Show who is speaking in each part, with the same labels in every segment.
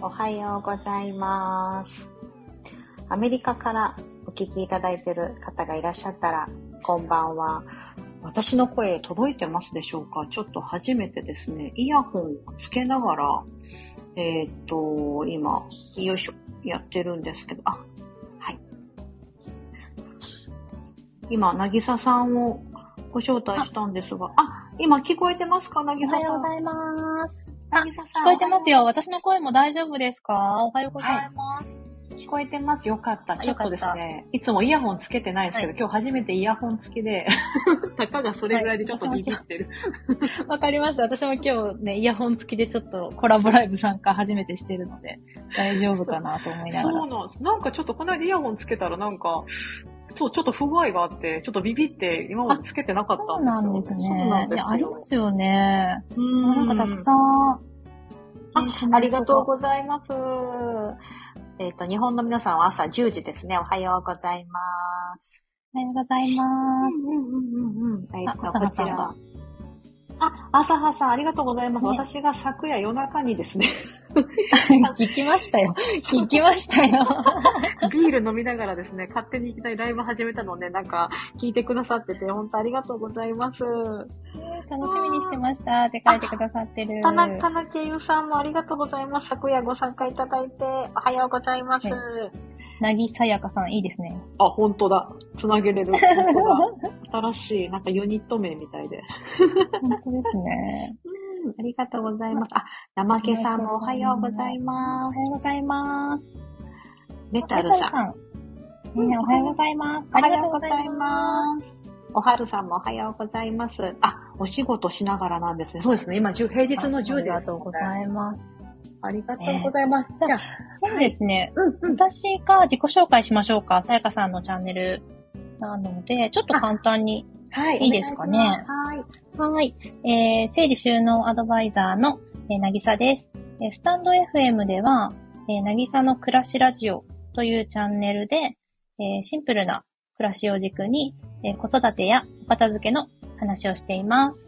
Speaker 1: おはようございます。アメリカからお聞きいただいている方がいらっしゃったら、こんばんは。私の声届いてますでしょうかちょっと初めてですね、イヤホンをつけながら、えーっと、今、よいしょ、やってるんですけど、あ、はい。今、なぎささんをご招待したんですが、あ、今聞こえてますかなぎ
Speaker 2: お
Speaker 1: ささ
Speaker 2: は
Speaker 1: ん。
Speaker 2: ようございます。
Speaker 1: なぎささ
Speaker 2: 聞
Speaker 1: ん
Speaker 2: こえてますよ。私の声も大丈夫ですかおはようございます。
Speaker 1: 聞こえてますよかった。
Speaker 2: あ
Speaker 1: ちょっとですね、いつもイヤホンつけてないですけど、
Speaker 2: は
Speaker 1: 今日初めてイヤホンつきで、 たかがそれぐらいでちょっとビビってる。
Speaker 2: わ、かりました。私も今日ね、イヤホン付きでちょっとコラボライブ参加初めてしてるので、大丈夫かなと思いな
Speaker 1: そ
Speaker 2: が
Speaker 1: う
Speaker 2: ら。
Speaker 1: なんです。なんかちょっとこの間イヤホンつけたらなんか、そう、ちょっと不具合があって、ちょっとビビって今までつけてなかっ
Speaker 2: そ
Speaker 1: た
Speaker 2: うん
Speaker 1: で
Speaker 2: な
Speaker 1: す
Speaker 2: ん
Speaker 1: よ。
Speaker 2: ですね。
Speaker 1: そうなんです
Speaker 2: ね
Speaker 1: よ
Speaker 2: ありますよね。
Speaker 1: うん
Speaker 2: なんかたくさん。
Speaker 1: あありがとうございます。えっ、と、日本の皆さんは朝10時ですね。おはようございます。
Speaker 2: おはようございま
Speaker 1: う
Speaker 2: す。
Speaker 1: んうんうんうんうん。えっと、
Speaker 2: あ朝
Speaker 1: こ
Speaker 2: 葉
Speaker 1: ち
Speaker 2: さん
Speaker 1: ら
Speaker 2: が。
Speaker 1: あ、朝葉さん、ありがとうございます。
Speaker 2: ね
Speaker 1: 私が昨夜夜中にですね、
Speaker 2: 聞きましたよ。聞きましたよ。
Speaker 1: ビール飲みながらですね、勝手にいきなりライブ始めたので、なんか、聞いてくださってて、本当ありがとうございます。
Speaker 2: 楽しみにしてましたって書いてくださってる。
Speaker 1: 田中のけゆさんもありがとうございます。昨夜ご参加いただいて、おはようございます。
Speaker 2: はなぎさやかさん、いいですね。
Speaker 1: あ、本当だ。つなげれ る。本当だ新しい、なんかユニット名みたいで。
Speaker 2: 本当ですね。
Speaker 1: うん、ありがとうございます。あ、山家さんもおはようござい
Speaker 2: お
Speaker 1: ます。
Speaker 2: はようございます。
Speaker 1: メタ
Speaker 2: あ
Speaker 1: ルさん。
Speaker 2: ん。みんなおはようございます。
Speaker 1: おはようございます。おはるさんもおはようございます。あ、お仕事しながらなんですね。そうですね。今、じゅ平日の10時
Speaker 2: ありがとうございます。
Speaker 1: ありがとうございます。じゃあ、
Speaker 2: そうですね。
Speaker 1: うんうん。
Speaker 2: 私が自己紹介しましょうか。さやかさんのチャンネルなので、ちょっと簡単に。
Speaker 1: はい。
Speaker 2: いいですかね
Speaker 1: お願いしますはい。
Speaker 2: はい。えー、整理収納アドバイザーの、えーなぎさです。えースタンド FM では、えーなぎさの暮らしラジオというチャンネルで、えーシンプルな暮らしを軸に、えー子育てやお片付けの話をしています。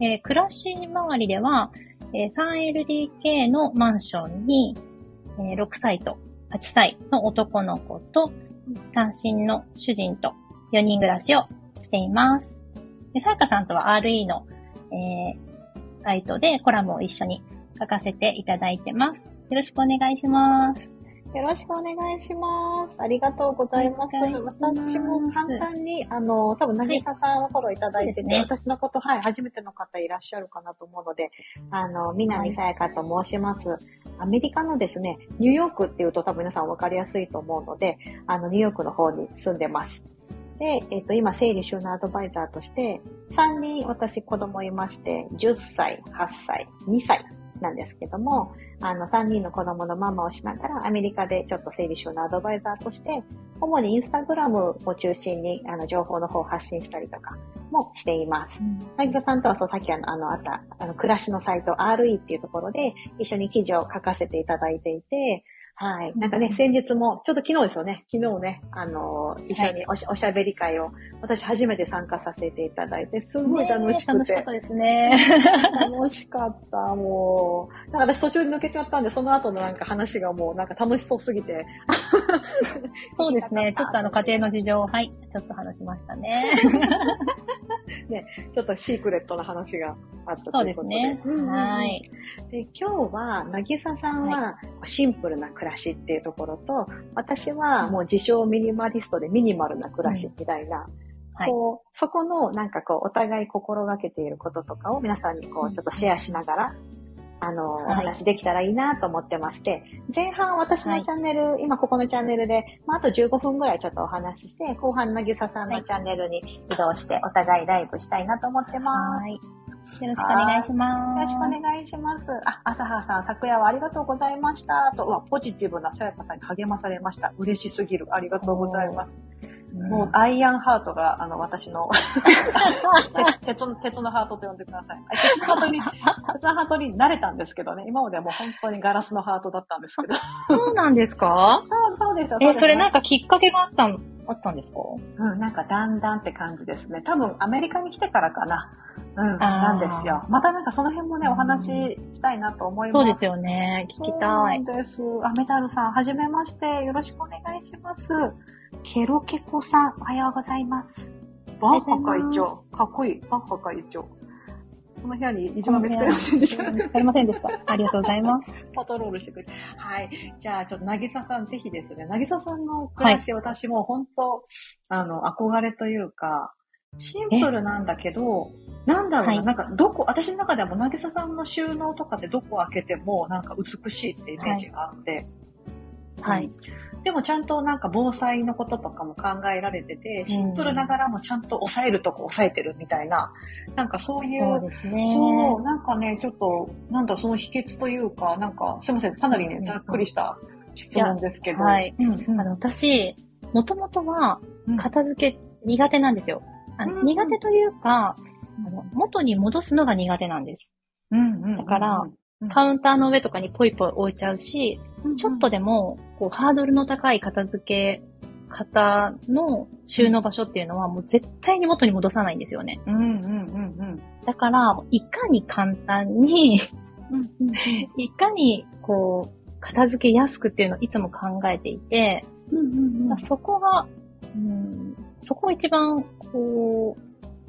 Speaker 2: えー暮らし周りでは、えー 3LDK のマンションに、えー6歳と8歳の男の子と、単身の主人と4人暮らしをしています。で、さやかさんとは RE の、えーサイトでコラムを一緒に書かせていただいてます。よろしくお願いします。
Speaker 1: よろしくお願いします。ありがとうございます。
Speaker 2: お願いします
Speaker 1: 私も簡単に、あの、多分、なぎささんのフォローいただいてて、
Speaker 2: はいそうですね
Speaker 1: 私のこと、はい、初めての方いらっしゃるかなと思うので、あの、南さやかと申します。アメリカのですね、ニューヨークっていうと多分皆さん分かりやすいと思うので、あの、ニューヨークの方に住んでます。で、えっ、と、今、整理収納アドバイザーとして、3人私子供いまして、10歳、8歳、2歳なんですけども、あの、3人の子供のママをしながら、アメリカでちょっと整理収納アドバイザーとして、主にインスタグラムを中心に、あの、情報の方を発信したりとかもしています。萩田さんとはそう、さっきあの、あの、あった、あの、暮らしのサイト RE っていうところで、一緒に記事を書かせていただいていて、はい。なんかね、先日も、ちょっと昨日ですよね。昨日ね、あの、一緒におし,、おしゃべり会を、私初めて参加させていただいて、すごい楽しくて。
Speaker 2: ねえ楽しかったですね。
Speaker 1: 楽しかった、もう。なんか私途中で抜けちゃったんで、その後のなんか話がもうなんか楽しそうすぎて。
Speaker 2: そうですね。ちょっとあの家庭の事情を、はい、ちょっと話しましたね。
Speaker 1: ちょっとシークレットな話があった
Speaker 2: そう
Speaker 1: とい
Speaker 2: で
Speaker 1: うこと
Speaker 2: す
Speaker 1: で。
Speaker 2: ね。
Speaker 1: うん
Speaker 2: はい。
Speaker 1: で今日は、なぎささんはシンプルな暮らしっていうところと、私はもう自称ミニマリストでミニマルな暮らしみたいな、
Speaker 2: はい
Speaker 1: こう、そこのなんかこう、お互い心がけていることとかを皆さんにこ
Speaker 2: う
Speaker 1: う、
Speaker 2: ん
Speaker 1: ちょっとシェアしながら、あの、
Speaker 2: い
Speaker 1: お話できたらいいなと思ってまして、前半私のチャンネル、今ここのチャンネルで、まあ、あと15分ぐらいちょっとお話しして、後半なぎささん
Speaker 2: は
Speaker 1: の
Speaker 2: い
Speaker 1: チャンネルに移動して、お互いライブしたいなと思ってます。
Speaker 2: はい。よろしくお願いし
Speaker 1: よろ
Speaker 2: ます。
Speaker 1: しくお願いします。あ、朝葉さん、昨夜はありがとうございました。と、うわ、ポジティブなさやかさんに励まされました。嬉しすぎる。ありがとうございます。
Speaker 2: うん
Speaker 1: もう、アイアンハートが、あの、私 の鉄、鉄の、鉄のハートと呼んでください。鉄のハートに、鉄のハートに慣れたんですけどね。今まではもう本当にガラスのハートだったんです けど。
Speaker 2: そうなんですか
Speaker 1: そう、 そうですよ。
Speaker 2: え、それなん
Speaker 1: か、
Speaker 2: かきっかけがあったの、あったんですか
Speaker 1: うん、なんかだんだんって感じですね。多分、アメリカに来てからかな。うん、な
Speaker 2: あー
Speaker 1: んですよ。またなんかその辺もね、お話ししたいなと思います。
Speaker 2: そうですよね。聞きたい。
Speaker 1: そうです。あ、メタルさん、はじめまして。よろしくお願いします。ケロケコさん、おはようございます。バッハ会長。かっこいい。バッハ会長。この部屋に一番見つかりませんでした。
Speaker 2: 見つかりませんでした。 ありがとうございます。
Speaker 1: パトロールしてくれて。はい。じゃあ、ちょっと、なぎささん、ぜひですね、なぎささんの暮らし、私も本当、あの、憧れというか、シンプルなんだけど、なんだろうな、
Speaker 2: はい
Speaker 1: なんか、どこ、私の中でも、なぎささんの収納とかでどこ開けても、なんか美しいってイメージがあって、
Speaker 2: はい。
Speaker 1: でもちゃんとなんか防災のこととかも考えられてて、シンプルながらもちゃんと抑えるとこ抑えてるみたいな、なんかそういう
Speaker 2: そうですね。
Speaker 1: そう、なんかね、ちょっと、なんだ、その秘訣というか、なんか、すいません、かなりね
Speaker 2: う、ん
Speaker 1: ざっくりした質問ですけど。
Speaker 2: はい
Speaker 1: うん。
Speaker 2: あの、私、もともとは
Speaker 1: うん、
Speaker 2: 片付け苦手なんですよ。あの
Speaker 1: うん
Speaker 2: 苦手というか、あの元に戻すのが苦手なんです。
Speaker 1: うんうん。
Speaker 2: だから
Speaker 1: うん
Speaker 2: カウンターの上とかにポイポイ置いちゃうし、
Speaker 1: うん、
Speaker 2: ちょっとでも、こう、ハードルの高い片付け方の収納場所っていうのは、もう絶対に元に戻さないんですよね。
Speaker 1: うん。うんうんうん
Speaker 2: だから、いかに簡単に、
Speaker 1: うん。うん
Speaker 2: いかに、こう、片付けやすくっていうのをいつも考えていて、
Speaker 1: うんうん。
Speaker 2: そこが、うん、そこを一番、こう、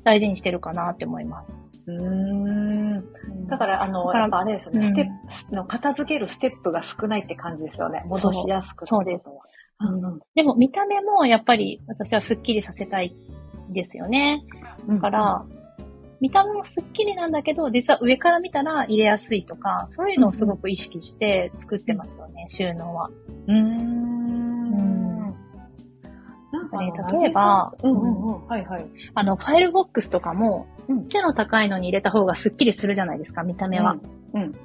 Speaker 2: 大事にしてるかなって思います。
Speaker 1: うーん。だから、あの、
Speaker 2: だから
Speaker 1: やっぱあれですよね、
Speaker 2: うん
Speaker 1: ステップの、片付けるステップが少ないって感じですよね。
Speaker 2: そう
Speaker 1: 戻しやすく
Speaker 2: そうです。
Speaker 1: うんうん。
Speaker 2: でも見た目もやっぱり私はスッキリさせたいですよね。
Speaker 1: だ
Speaker 2: だか、ら、見た目もスッキリなんだけど、実は上から見たら入れやすいとか、そういうのをすごく意識して作ってますよね、収納は。
Speaker 1: うーん。なんかね
Speaker 2: ね例えば
Speaker 1: うんうんうん。はいはい。
Speaker 2: あの、ファイルボックスとかも
Speaker 1: うん、
Speaker 2: 背の高いのに入れた方がスッキリするじゃないですか、見た目は。
Speaker 1: うん。うん。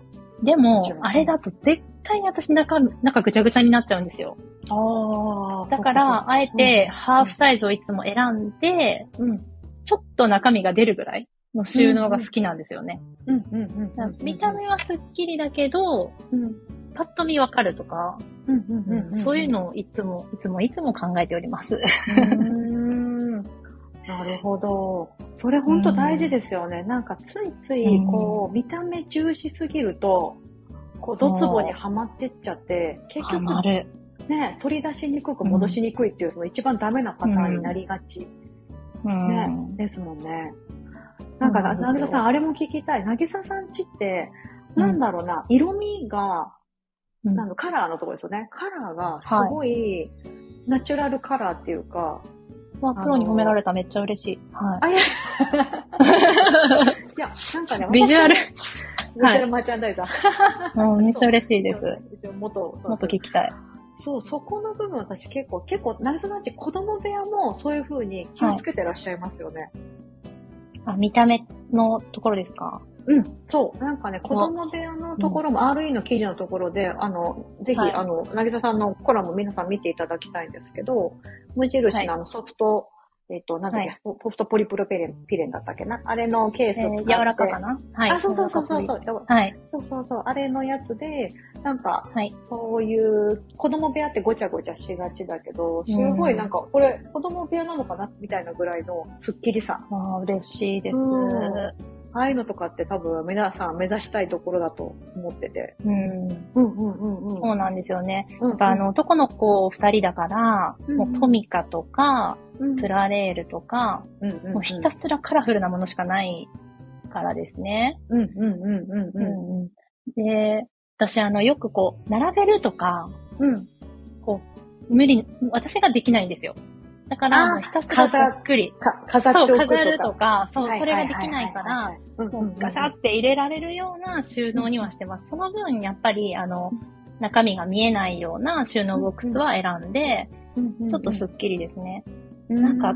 Speaker 2: で
Speaker 1: も
Speaker 2: も
Speaker 1: ちろ、ん
Speaker 2: あれだと絶対に私中、中ぐちゃぐちゃになっちゃうんですよ。
Speaker 1: ああ。
Speaker 2: だから、あえて、ハーフサイズをいつも選んで、
Speaker 1: うん、
Speaker 2: ちょっと中身が出るぐらいの収納が好きなんですよね。
Speaker 1: うん、うん、
Speaker 2: だから見た目はスッキリだけど、
Speaker 1: うん、
Speaker 2: パッと見わかるとか、
Speaker 1: うん、うん、うん。
Speaker 2: そういう
Speaker 1: の。
Speaker 2: のをいつも、いつもいつも考えております。
Speaker 1: なるほど。それ本当大事ですよね。なんか、ついつい、こう、見た目重視すぎると、こう、ドツボにはまってっちゃって、結
Speaker 2: ハ
Speaker 1: 局、
Speaker 2: マる。
Speaker 1: ね、取り出しにくく戻しにくいっていう、その一番ダメなパターンになりがち
Speaker 2: うん
Speaker 1: ね、ですもんね。なんか、
Speaker 2: そうな
Speaker 1: なん
Speaker 2: で
Speaker 1: ぎ
Speaker 2: すよ
Speaker 1: ささん、あれも聞きたい。なぎささんちって、なんだろうな、色味が、
Speaker 2: うん
Speaker 1: なんかカラーのところですよね。カラーがすごい、ナチュラルカラーっていうか、
Speaker 2: まあ、プロに褒められためっちゃ嬉しい。はい
Speaker 1: あ、いや、いや、なんかね、
Speaker 2: ビジュアル、
Speaker 1: 私ビジュアルマーチャンダイザー。
Speaker 2: うん、めっちゃ嬉しいです。
Speaker 1: 一応元、
Speaker 2: もっと聞きたい。
Speaker 1: そう、そこの部分私結構、結構、なぎささんち子供部屋もそういう風に気をつけてらっしゃいますよね。
Speaker 2: あ、見た目のところですか
Speaker 1: うん、そう。なんかね、子
Speaker 2: そう
Speaker 1: 供部屋のところも、RE の記事のところで、あの、ぜひ、
Speaker 2: はい
Speaker 1: あの、なぎささんのコラム皆さん見ていただきたいんですけど、無
Speaker 2: は
Speaker 1: 印
Speaker 2: い
Speaker 1: のあのソフト、えっと、なんだっけ、
Speaker 2: は
Speaker 1: ポソフトポリプロピレン、ピレンだったっけなあれのケース
Speaker 2: え
Speaker 1: を使っ
Speaker 2: ー
Speaker 1: て、
Speaker 2: 柔らかかなはい。
Speaker 1: あ、そうそうそうそう
Speaker 2: 柔
Speaker 1: そ
Speaker 2: らか
Speaker 1: う。やば
Speaker 2: くはい。
Speaker 1: そうそうそう。あれのやつで、なんか、
Speaker 2: はい
Speaker 1: そういう、子供部屋ってごちゃごちゃしがちだけど、すごい
Speaker 2: うん
Speaker 1: なんか、これ、子供部屋なのかなみたいなぐらいのスッキリさ。
Speaker 2: あー嬉しいです。
Speaker 1: うんああいうのとかって多分皆さん目指したいところだと思ってて。
Speaker 2: う
Speaker 1: うん
Speaker 2: ん。
Speaker 1: うんうんうん。
Speaker 2: そうなんですよね。
Speaker 1: うんうん
Speaker 2: やっぱあの、男の子二人だから、
Speaker 1: うん
Speaker 2: もうトミカとか、
Speaker 1: うん、
Speaker 2: プラレールとか、
Speaker 1: うんうんうん、
Speaker 2: もうひたすらカラフルなものしかないからですね。
Speaker 1: うんうんうんうんうん。
Speaker 2: うんで、私あの、よくこう、並べるとか、
Speaker 1: うん。
Speaker 2: 無理、私ができないんですよ。だか
Speaker 1: あー
Speaker 2: ら、もうひたすらざっくり。
Speaker 1: か、飾って
Speaker 2: そ
Speaker 1: おく
Speaker 2: う、
Speaker 1: とか。
Speaker 2: 飾るとか、そう、
Speaker 1: はい
Speaker 2: そ
Speaker 1: はい
Speaker 2: れ
Speaker 1: は
Speaker 2: が
Speaker 1: いはいはい。
Speaker 2: できないから、
Speaker 1: うんうん
Speaker 2: も
Speaker 1: うん、
Speaker 2: うガシャって入れられるような収納にはしてます。その分、やっぱり、あの、中身が見えないような収納ボックスは選んで、
Speaker 1: うんうんうん、
Speaker 2: ちょっとスッキリですね。
Speaker 1: なん
Speaker 2: か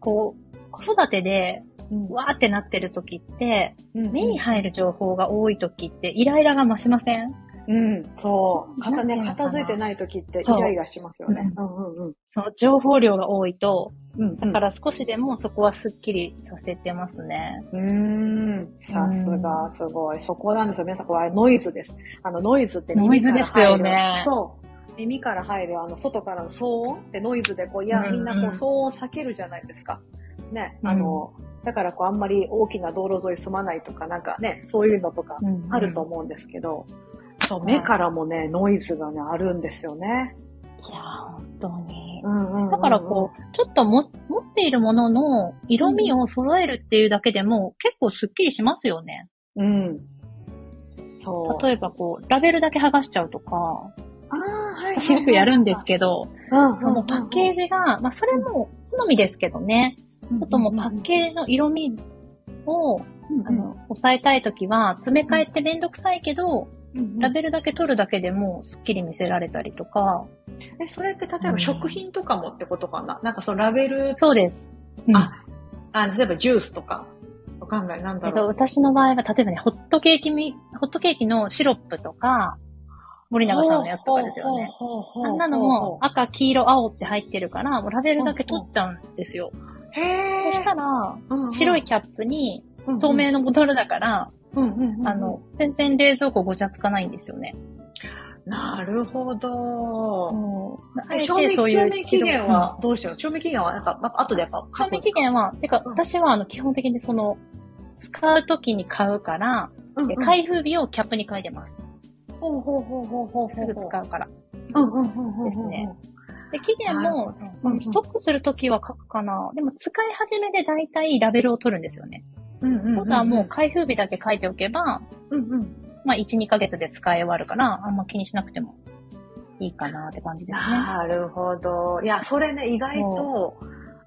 Speaker 2: こう、子育てで、わーってなってる時って、目に入る情報が多い時って、イライラが増しません
Speaker 1: うん、そう。片ね、
Speaker 2: なんていうのかな
Speaker 1: 片付いてない時ってイ
Speaker 2: そう
Speaker 1: ライラしますよね。うんうんうん。
Speaker 2: その情報量が多いと、
Speaker 1: うん、
Speaker 2: だから少しでもそこはスッキリさせてますね。
Speaker 1: うーん。さすが、すごい。そこなんですよ。皆さん、これノイズです。あの、ノイズって耳から入る
Speaker 2: ノイズですよね
Speaker 1: そう。耳から入る、あの、外からの騒音ってノイズで、こう、いや、
Speaker 2: うんうん
Speaker 1: みんなこう、騒音避けるじゃないですか。ね、あの、だからこうあんまり大きな道路沿い住まないとか、なんかね、そういうのとか
Speaker 2: うん
Speaker 1: あると思うんですけど、そう、
Speaker 2: はい
Speaker 1: 目からもね、ノイズがね、あるんですよね。
Speaker 2: いやー、本当に。
Speaker 1: うんうんうんうん
Speaker 2: だからこう、ちょっとも持っているものの色味を揃えるっていうだけでも結構スッキリしますよね。
Speaker 1: う。うん。そう。
Speaker 2: 例えばこう、ラベルだけ剥がしちゃうとか、
Speaker 1: ああ、はい。
Speaker 2: 私よくやるんですけど、
Speaker 1: うんうんうんうん。
Speaker 2: もうパッケージが、まあそれも好みですけどね、
Speaker 1: ち
Speaker 2: ちょっともうパッケージの色味を、あ
Speaker 1: ー
Speaker 2: の、抑えたいときは、詰め替えってめんどくさいけど、
Speaker 1: ジ
Speaker 2: ラベルだけ取るだけでもうスッキリ見せられたりとか、
Speaker 1: え、それって例えば食品とかもってことかな、なんかそのラベル、
Speaker 2: そうです。
Speaker 1: ああ例えばジュースとか、わかんない、なん
Speaker 2: え
Speaker 1: だ
Speaker 2: っと、
Speaker 1: ろう。
Speaker 2: 私の場合は、例えばね、ホットケーキみ、ホットケーキのシロップとか、森永さんのやつとかですよね。
Speaker 1: ほうほうほうほう。
Speaker 2: あんなのも赤、黄色、青って入ってるから、もうラベルだけ取っちゃうんですよ。
Speaker 1: へえ。
Speaker 2: そしたら、白いキャップに
Speaker 1: うんうん
Speaker 2: 透明のボトルだから、
Speaker 1: うんうんうんうん
Speaker 2: あの、全然冷蔵庫ごちゃつかないんですよね。
Speaker 1: なるほど。
Speaker 2: そう。あ
Speaker 1: え
Speaker 2: えて
Speaker 1: 賞味
Speaker 2: そう
Speaker 1: 賞
Speaker 2: いう
Speaker 1: 味期限
Speaker 2: 白
Speaker 1: はどうしよう賞味期限はなんか、ま後でやっぱ
Speaker 2: い、賞味期限は、てか、
Speaker 1: うん
Speaker 2: 私はあの、基本的にその、使う時に買うから、
Speaker 1: うんうん
Speaker 2: 開封日をキャップに書いてます。
Speaker 1: ほうほうほうほうほうほう。
Speaker 2: すぐ使うから。
Speaker 1: うんうんうんうんうん。
Speaker 2: ですねで、期限
Speaker 1: なるほ
Speaker 2: も
Speaker 1: ど、
Speaker 2: まあストックするときは書くかな。でも使い始めで大体ラベルを取るんですよね。
Speaker 1: うんうんうん。
Speaker 2: ただもう開封日だけ書いておけば、
Speaker 1: うんうん。
Speaker 2: まあ1、2ヶ月で使い終わるから、あんま気にしなくてもいいかなって感じですね。
Speaker 1: なるほど。いや、それね、意外と、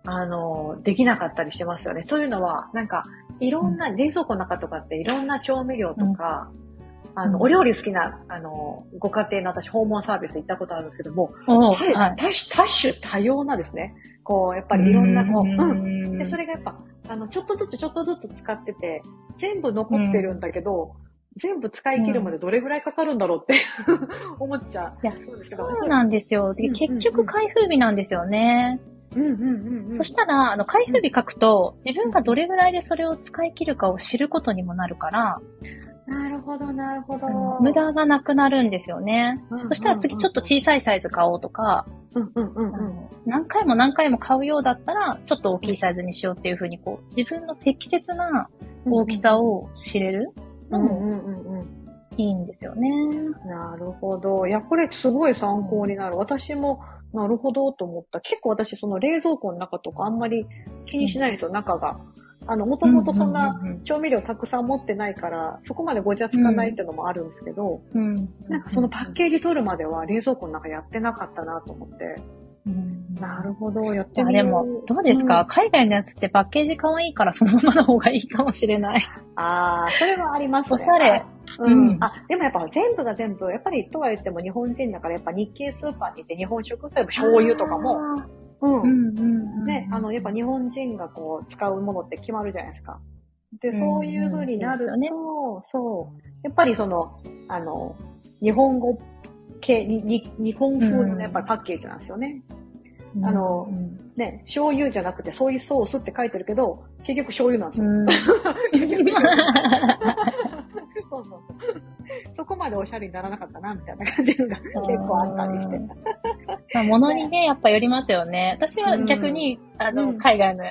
Speaker 1: あの、できなかったりしてますよね。というのは、なんか、いろんな、冷蔵庫の中とかっていろんな調味料とか、あの、
Speaker 2: うん
Speaker 1: お料理好きな、あの、ご家庭の私、訪問サービス行ったことあるんですけども、
Speaker 2: お
Speaker 1: 多
Speaker 2: うは
Speaker 1: 多
Speaker 2: い。
Speaker 1: 種多種多様なですね。こう、やっぱりいろんな、こう、うん、
Speaker 2: ん
Speaker 1: で、それがやっぱ、あの、ちょっとずつちょっとずつ使ってて、全部残ってるんだけど、全部使い切るまでどれぐらいかかるんだろうって 思っちゃう。
Speaker 2: いや
Speaker 1: そうですよね
Speaker 2: そうなんですよ。
Speaker 1: うん
Speaker 2: で、
Speaker 1: うん
Speaker 2: 結局開封日なんですよね。
Speaker 1: うんうんうん。
Speaker 2: そしたら、あの、開封日書くと、自分がどれぐらいでそれを使い切るかを知ることにもなるから、
Speaker 1: て、なるほど、なるほど
Speaker 2: あの。無駄がなくなるんですよね
Speaker 1: うんうんうんう。ん
Speaker 2: そしたら次ちょっと小さいサイズ買おうとか、
Speaker 1: うんうんうん
Speaker 2: あ
Speaker 1: うん。
Speaker 2: の何回も何回も買うようだったら、ちょっと大きいサイズにしようっていうふうに、こう、自分の適切な大きさを知れる
Speaker 1: う
Speaker 2: の
Speaker 1: んう
Speaker 2: も
Speaker 1: んうんうん。
Speaker 2: いいんですよね。
Speaker 1: なるほど。いや、これすごい参考になる。私も、なるほどと思った。結構私、その冷蔵庫の中とかあんまり気にしないんですよ、中が。あの、もともとそんな、
Speaker 2: うん
Speaker 1: 調味料たくさん持ってないから、そこまでごちゃつかないってのもあるんですけど、
Speaker 2: うんうんうん、
Speaker 1: なんかそのパッケージ取るまでは冷蔵庫の中やってなかったなと思って。
Speaker 2: うん
Speaker 1: なるほど、やって
Speaker 2: あ
Speaker 1: み
Speaker 2: で
Speaker 1: よう。
Speaker 2: も、どうですか、海外のやつってパッケージ可愛いからそのままの方がいいかもし れない。
Speaker 1: うんああ、それはありますね。
Speaker 2: おしゃれ。
Speaker 1: うん。
Speaker 2: うん
Speaker 1: あ、でもやっぱ全部が全部、やっぱりとは言っても日本人だから、やっぱ日系スーパーに行って日本食、例えば醤油とかも、
Speaker 2: あー。
Speaker 1: う。
Speaker 2: うんんうんうん、
Speaker 1: ね、あの、やっぱ日本人がこう、使うものって決まるじゃないですか。
Speaker 2: う
Speaker 1: で、
Speaker 2: ん
Speaker 1: そういう風になると、
Speaker 2: そうです
Speaker 1: そう、やっぱりその、あの、日本語系、にに日本風
Speaker 2: う
Speaker 1: の
Speaker 2: ん
Speaker 1: ねやっぱりパッケージなんですよね。
Speaker 2: うん
Speaker 1: あの
Speaker 2: うん
Speaker 1: ね、醤油じゃなくて、そういうソースって書いてるけど、結局醤油なんですよ。 結
Speaker 2: うん
Speaker 1: 局醤油 そうそうそう。そこまでおしゃれにならなかったな、みたいな感じが結構あったりして。
Speaker 2: まあ、物にね、やっぱよりますよね。私は逆に、あの、
Speaker 1: うん
Speaker 2: 海外の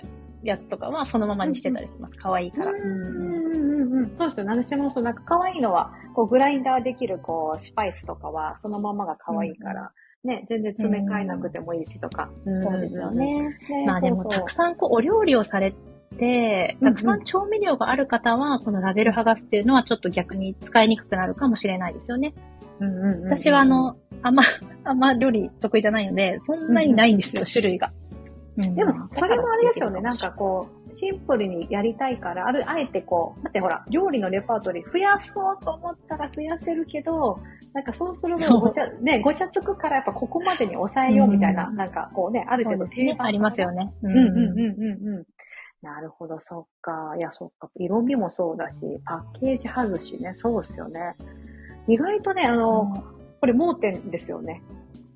Speaker 2: やつとかはそのままにしてたりします。可愛いから。
Speaker 1: うんうんうんうんそうですよね。私もそう、なんか可愛いのは、こうグラインダーできるこうスパイスとかはそのままが可愛いから、ね、全然詰め替えなくてもいいしとか。
Speaker 2: そうですよ。ね。
Speaker 1: ね
Speaker 2: まあでも、
Speaker 1: そう
Speaker 2: た
Speaker 1: そう
Speaker 2: くさんこう、お料理をされて、
Speaker 1: うんうん
Speaker 2: たくさん調味料がある方は、このラベル剥がすっていうのはちょっと逆に使いにくくなるかもしれないですよね。
Speaker 1: うんうんうんうん
Speaker 2: 私はあ、の、あんま、あんま料理 得意じゃないので、そんなにない んですよ、種類が。うん
Speaker 1: でも、それもあれですよね。なん、かこう、シンプルにやりたいから、ある、あえてこう、だってほら、料理のレパートリー増やそうと思ったら増やせるけど、なんかそうすると
Speaker 2: そう
Speaker 1: ごちゃ、ね、ごちゃつくからやっぱここまでに抑えようみたいな、
Speaker 2: うん
Speaker 1: なんかこうね、ある
Speaker 2: そう
Speaker 1: 程度
Speaker 2: ですね。ありますよね。う
Speaker 1: うんうんうんうんうん。なるほど、そっか。いや、そっか。色味もそうだし、パッケージ外しね、そうですよね。意外とね、あの、これ盲点ですよね。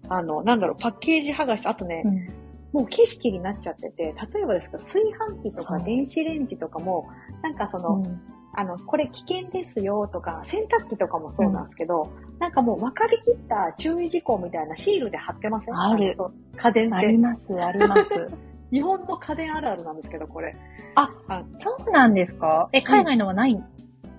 Speaker 1: あの、なんだろう、パッケージ剥がし、あとね、
Speaker 2: うん
Speaker 1: もう景色になっちゃってて、例えばですけど、炊飯器とか
Speaker 2: そう
Speaker 1: 電子レンジとかも、なんかその、
Speaker 2: うん
Speaker 1: あの、これ危険ですよとか、洗濯機とかもそうなんですけど、なんかもう分かりきった注意事項みたいなシールで貼ってません
Speaker 2: ある
Speaker 1: の家電って。
Speaker 2: あります、あります。
Speaker 1: 日本の家電あるあるなんですけど、これ。
Speaker 2: そうなんですかえ、海外のはない、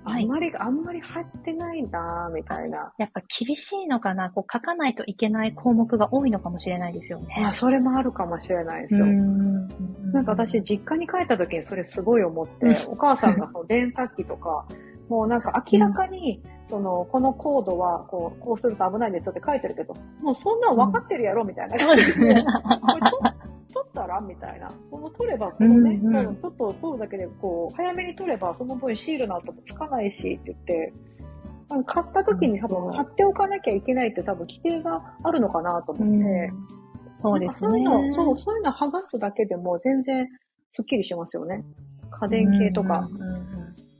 Speaker 1: あ
Speaker 2: はい
Speaker 1: んまり、あんまり入ってないなぁ、みたいな。
Speaker 2: やっぱ厳しいのかなこう書かないといけない項目が多いのかもしれないですよね
Speaker 1: あ、。それもあるかもしれないですよ。
Speaker 2: な
Speaker 1: なんか私、、実家に帰った時にそれすごい思って、
Speaker 2: う
Speaker 1: お母さんがその電卓機と か、もうなんか明らかに、その、このコードは、こう、こうすると危ないんですよって書いてるけど、もうそんなん分かってるやろみたいな
Speaker 2: そう
Speaker 1: 感
Speaker 2: で
Speaker 1: じ
Speaker 2: す
Speaker 1: で、
Speaker 2: ね。
Speaker 1: これと取ったらみたいな。この取れば、このね、
Speaker 2: うんうん
Speaker 1: うんちょっと取るだけで、こう、早めに取れば、その分シールの後もつかないしって言って、あの買った時に多
Speaker 2: う
Speaker 1: 分、
Speaker 2: ん
Speaker 1: 買っておかなきゃいけないって多分、規定があるのかなと思って、
Speaker 2: そうです
Speaker 1: なんかそうい
Speaker 2: ね
Speaker 1: う。の、そう、そういうの剥がすだけでも全然スッキリしますよね。家電系とか、
Speaker 2: うんうんうん。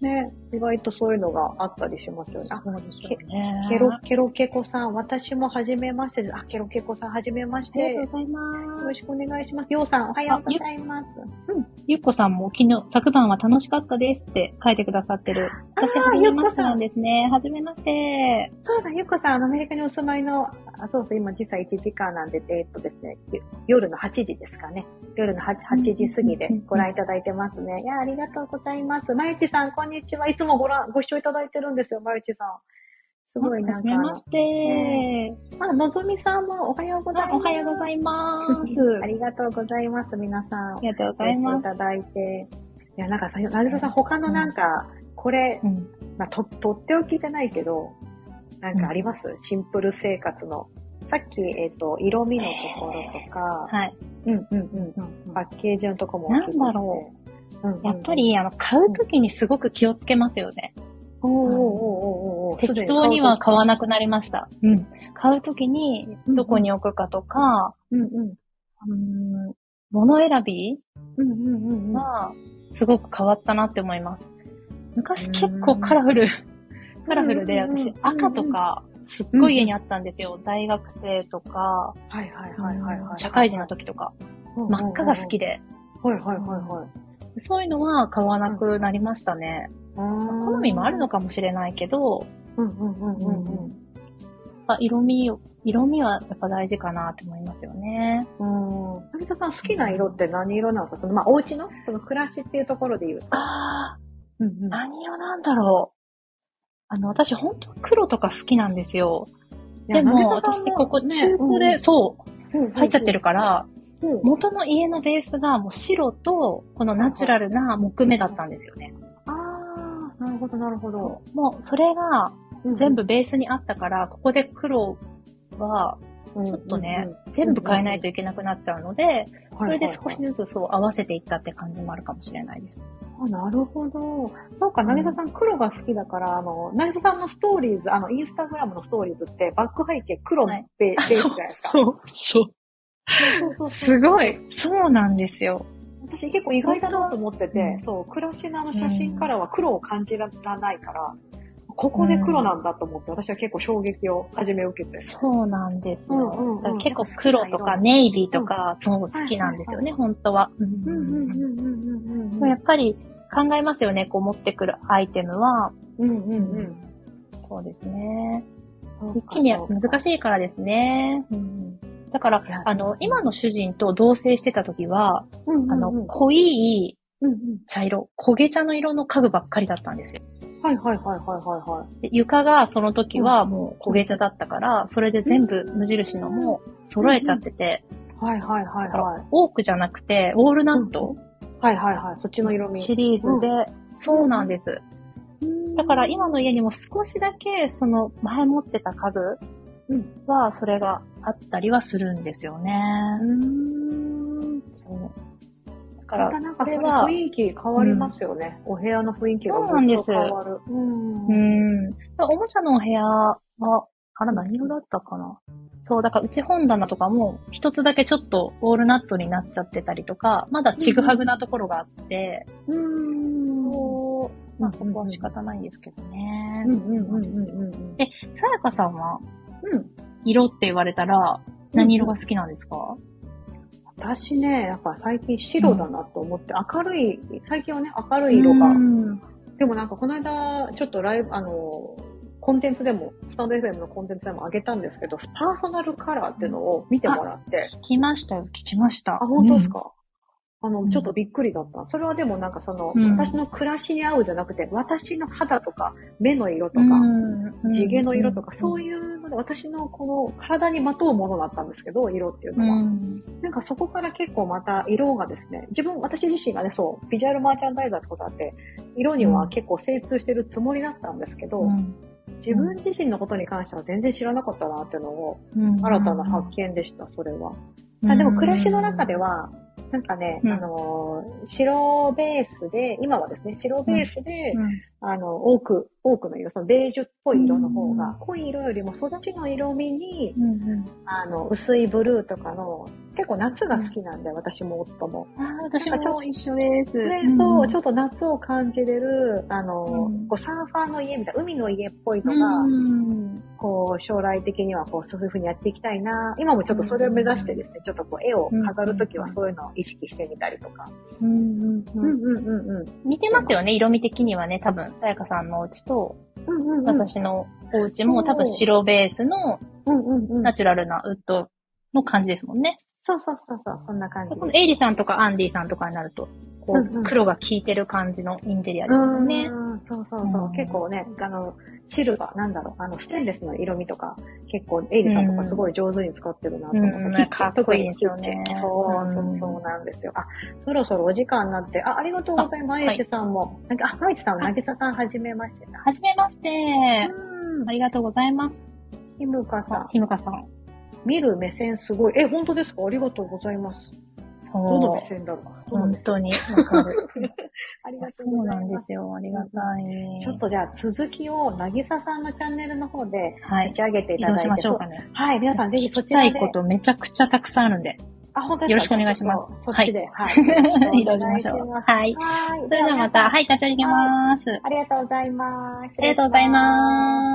Speaker 1: ね、意外とそういうのがあったりしますよね。あ
Speaker 2: そうですよね。
Speaker 1: ケロ、ケロケコさん、私もはじめましてです。あ、ケロケコさん、はじめまし
Speaker 2: あり
Speaker 1: て。
Speaker 2: がと
Speaker 1: よ
Speaker 2: うございます。
Speaker 1: ろしくお願いします。ようさん、おはようございます。
Speaker 2: ゆっこさんも昨日、昨晩は楽しかったですって書いてくださってる。
Speaker 1: あー
Speaker 2: 私、はじめ
Speaker 1: ゆっ
Speaker 2: まして
Speaker 1: こさん
Speaker 2: なんですね。はじめまして。
Speaker 1: そうだ、ゆっこさん、あのアメリカにお住まいの、あそうそう、今時差1時間なんで、えーっとですね、ゆ夜の8時ですかね。夜の 8, 8時過ぎでご覧いただいてますね。いや、ありがとうございます。まゆちさん、こんにちは。いつもご覧、ご視聴いただいてるんですよ、まゆちさん。すごい、な
Speaker 2: は
Speaker 1: ん
Speaker 2: じ
Speaker 1: か、
Speaker 2: めまして。
Speaker 1: あ、のぞみさんもおはようございま
Speaker 2: あ
Speaker 1: す。
Speaker 2: おはようございます。
Speaker 1: ありがとうございます、皆さん。
Speaker 2: ありがとうございま
Speaker 1: い
Speaker 2: す。
Speaker 1: ただいて。いや、なんかさ、なるさん、他のなんか、これ、
Speaker 2: うん
Speaker 1: まあ、と、とっておきじゃないけど、なんかあります、シンプル生活の。さっき、えっ、と、色味のところとか、
Speaker 2: はい。
Speaker 1: うんうんうんうん。パッケージのとこも
Speaker 2: なんだろ
Speaker 1: う。うんうんうん
Speaker 2: やっぱ、り、あの、買うときにすごく気をつけますよね。
Speaker 1: おーおーおーおーおー
Speaker 2: 適当には買わ
Speaker 1: い。
Speaker 2: なくなりました。うん。買うときに、どこに置くかとか、
Speaker 1: うんうん。
Speaker 2: うん、物選び
Speaker 1: うんうんうんうん。
Speaker 2: が、すごく変わったなって思います。昔結構カラフル、カラフルで、
Speaker 1: うんうんうん
Speaker 2: 私、赤とか、すっごい家にあったんですよ。大学生とか、
Speaker 1: はいはいはいはいはい。
Speaker 2: 社会人の時とか、真っ赤が好き
Speaker 1: で。
Speaker 2: で、
Speaker 1: はいはいはいはい。
Speaker 2: そういうのは買わなくなりましたね。好
Speaker 1: 好
Speaker 2: みもあるのかもしれないけど、
Speaker 1: うんうんうんうんうん。
Speaker 2: あ色味を、色味はやっぱ大事かなって思いますよね。
Speaker 1: うん。成田さん好きな色って何色なのかその、まあ、お家のその暮らしっていうところで言うと。
Speaker 2: ああ、
Speaker 1: うんうん
Speaker 2: 何色なんだろう。あの、私本当は黒とか好きなんですよ。
Speaker 1: いや
Speaker 2: でも、
Speaker 1: 成田さん
Speaker 2: 私ここ
Speaker 1: ね
Speaker 2: 中古で、そう、
Speaker 1: うんうん
Speaker 2: 入っちゃってるから、
Speaker 1: うんうん
Speaker 2: 元の家のベースがもう白と、このナチュラルな木目だったんですよね。
Speaker 1: ああ、なるほど、なるほど。
Speaker 2: もう、それが全部ベースにあったから、ここで黒は
Speaker 1: うん、
Speaker 2: ちょっとね
Speaker 1: うんうん、
Speaker 2: 全部変えないといけなくなっちゃうので、そ
Speaker 1: はいは
Speaker 2: れ
Speaker 1: いは
Speaker 2: で
Speaker 1: い
Speaker 2: 少しずつそう合わせていったって感じもあるかもしれないです。
Speaker 1: あなるほど。そうか、成田さん黒が好きだから、あの、成田さんのストーリーズ、あの、インスタグラムのストーリーズって、バック背景黒ベ,、
Speaker 2: はい
Speaker 1: ベースじゃないですか。
Speaker 2: う、そう。
Speaker 1: そうそうそう。
Speaker 2: すごい。そうなんですよ。
Speaker 1: 私結構意外だなと思ってて、
Speaker 2: うん
Speaker 1: そう、暮らしのあの写真からは黒を感じらないから、ここで黒なんだと思って、私は結構衝撃を初め受けて。
Speaker 2: そうなんです
Speaker 1: うん
Speaker 2: よ。
Speaker 1: うんうん
Speaker 2: だから結構黒とかネイビーとか、そう好きなんですよね、本当は。うん
Speaker 1: うんうんうんうんうん
Speaker 2: でもやっぱり考えますよね、こう持ってくるアイテムは。
Speaker 1: うんうんうん。
Speaker 2: そうですね。
Speaker 1: そうか
Speaker 2: 一気に
Speaker 1: そうか
Speaker 2: 難しいからですね。うんだから
Speaker 1: いや、
Speaker 2: あの、今の主人と同棲してた時は、
Speaker 1: うんうんうん
Speaker 2: あの、濃い
Speaker 1: うんうん
Speaker 2: 茶色、焦げ茶の色の家具ばっかりだったんですよ。
Speaker 1: はいはいはいはいはいはい。
Speaker 2: で床がその時はもう焦げ茶だったから、それで全部無印のも揃えちゃってて、
Speaker 1: はいはいはいはい。
Speaker 2: オークじゃなくて、ウォールナット
Speaker 1: はいはいはい。そっちの色味。
Speaker 2: シリーズで、そうなんです。だから今の家にも少しだけ、その前持ってた家具は、それがあったりはするんですよね。
Speaker 1: うーん。
Speaker 2: そう。だか
Speaker 1: また
Speaker 2: ら、
Speaker 1: なんかそ
Speaker 2: そ
Speaker 1: れ
Speaker 2: れは
Speaker 1: 雰、囲気変わりますよね。お部屋の雰囲気が
Speaker 2: そうなんです
Speaker 1: ずっと変わる。うん
Speaker 2: う。ん。だからおもちゃのお部屋は、あら、何色だったかな。そう、だからうち本棚とかも、一つだけちょっとオールナットになっちゃってたりとか、まだちぐはぐなところがあって、
Speaker 1: うん
Speaker 2: そう、まあそこは仕方ないんですけどね。
Speaker 1: うんうんうんうんうんうん。
Speaker 2: さやかさんは、
Speaker 1: うん。
Speaker 2: 色って言われたら、何色が好きなんですか、
Speaker 1: 私ね、やっぱ最近白だなと思って、明るい、最近はね、明るい色が。
Speaker 2: うん
Speaker 1: でもなんかこの間、ちょっとライブ、あの、コンテンツでも、スタンド FM のコンテンツでも上げたんですけど、パーソナルカラーっていうのを見てもらって、
Speaker 2: 聞きましたよ、聞きました。
Speaker 1: あ、本当ですか、あの、ちょっとびっくりだった。それはでもなんかその、
Speaker 2: うん
Speaker 1: 私の暮らしに合うじゃなくて、私の肌とか、目の色とか、
Speaker 2: うん
Speaker 1: 地毛の色とか、そう
Speaker 2: いう
Speaker 1: いうので、私のこの体にまとうものだったんですけど、色っていうのは。
Speaker 2: ん
Speaker 1: なんかそこから結構また色がですね、自分、私自身がね、そう、ビジュアルマーチャンダイザーってことあって、色には結構精通してるつもりだったんですけど、自分自身のことに関しては全然知らなかったなっていうのを、
Speaker 2: うん
Speaker 1: 新たな発見でした、それは。
Speaker 2: うん
Speaker 1: あでも暮らしの中では、なんかね、
Speaker 2: うん
Speaker 1: あのー白ベースで、今はですね、白ベースで、
Speaker 2: うん
Speaker 1: あの、多く、多くの色、そのベージュっぽい色の方
Speaker 2: う
Speaker 1: が
Speaker 2: ん、
Speaker 1: 濃い色よりも育ちの色味に、
Speaker 2: うんうん
Speaker 1: あの、薄いブルーとかの、結構夏が好きなんで、私も夫も。
Speaker 2: あー私も一緒です。
Speaker 1: で、
Speaker 2: ん
Speaker 1: そう、ちょっと夏を感じれる、あの、
Speaker 2: うん
Speaker 1: こうサーファーの家みたいな、海の家っぽいのが、
Speaker 2: うん
Speaker 1: こう、将来的にはこう、そういうふうにやっていきたいな。今もちょっとそれを目指してですね、ちょっとこう、絵を飾るときはそういうのを意識してみたりとか。
Speaker 2: うんうん
Speaker 1: う
Speaker 2: うんん
Speaker 1: うんうんうん。
Speaker 2: 似てますよね、色味的にはね、多分、さやかさんのお家と、
Speaker 1: うんうんうん。
Speaker 2: 私のお家も、
Speaker 1: うん
Speaker 2: 多分白ベースの
Speaker 1: うんうんうん
Speaker 2: ナ。チュラルなウッドの感じですもんね。
Speaker 1: そうそうそうそう、そんな感じ
Speaker 2: こ。のエイリさんとかアンディさんとかになると、こ
Speaker 1: うんう
Speaker 2: う、
Speaker 1: ん
Speaker 2: 黒が効いてる感じのインテリアですも
Speaker 1: うんん
Speaker 2: ね。。
Speaker 1: そうそうそうう。
Speaker 2: ん
Speaker 1: 結構ね、あの、シルバー、なんだろう、あの、ステンレスの色味とか、結構、エイリさんとかすごい上手に使ってるなと思って、
Speaker 2: うん
Speaker 1: キッチン
Speaker 2: かっこいいですよね
Speaker 1: 特にキッチンそう
Speaker 2: う
Speaker 1: そ
Speaker 2: ん
Speaker 1: う、そうなんですよ。あ、そろそろお時間になって、あ、ありがとうございます。
Speaker 2: あ
Speaker 1: マイチさんも。なんかあ、マイチさんも、なぎささん、はじめましてだ。
Speaker 2: はじめまして。
Speaker 1: うん。
Speaker 2: ありがとうございます。
Speaker 1: ひむかさん
Speaker 2: あ、ひむかさん。
Speaker 1: 見る目線すごい。え、本当ですかありがとうございます。どの目
Speaker 2: そう。
Speaker 1: 線だろうどの
Speaker 2: 本
Speaker 1: 目線
Speaker 2: 当にわかる。
Speaker 1: あり
Speaker 2: そ
Speaker 1: とご
Speaker 2: う
Speaker 1: ざい
Speaker 2: なんで
Speaker 1: ます
Speaker 2: すよ。ありがたい。
Speaker 1: ちょっとじゃあ続きを、なぎささんのチャンネルの方で
Speaker 2: はい
Speaker 1: 立。ち上げてい
Speaker 2: 移
Speaker 1: ただい
Speaker 2: 動
Speaker 1: て。
Speaker 2: しましょうかね。
Speaker 1: はい、皆さんぜひそ
Speaker 2: 聞き
Speaker 1: ち
Speaker 2: た
Speaker 1: らで。
Speaker 2: いことめちゃくちゃたくさんあるんで。
Speaker 1: あ、本当ですか
Speaker 2: よろしくお願いします
Speaker 1: そっちで。はい。
Speaker 2: 移動しましょう。
Speaker 1: は
Speaker 2: はい。
Speaker 1: い。
Speaker 2: それではまた、はい、立ち上げます。
Speaker 1: ありがとうございます。
Speaker 2: ありがとうございます。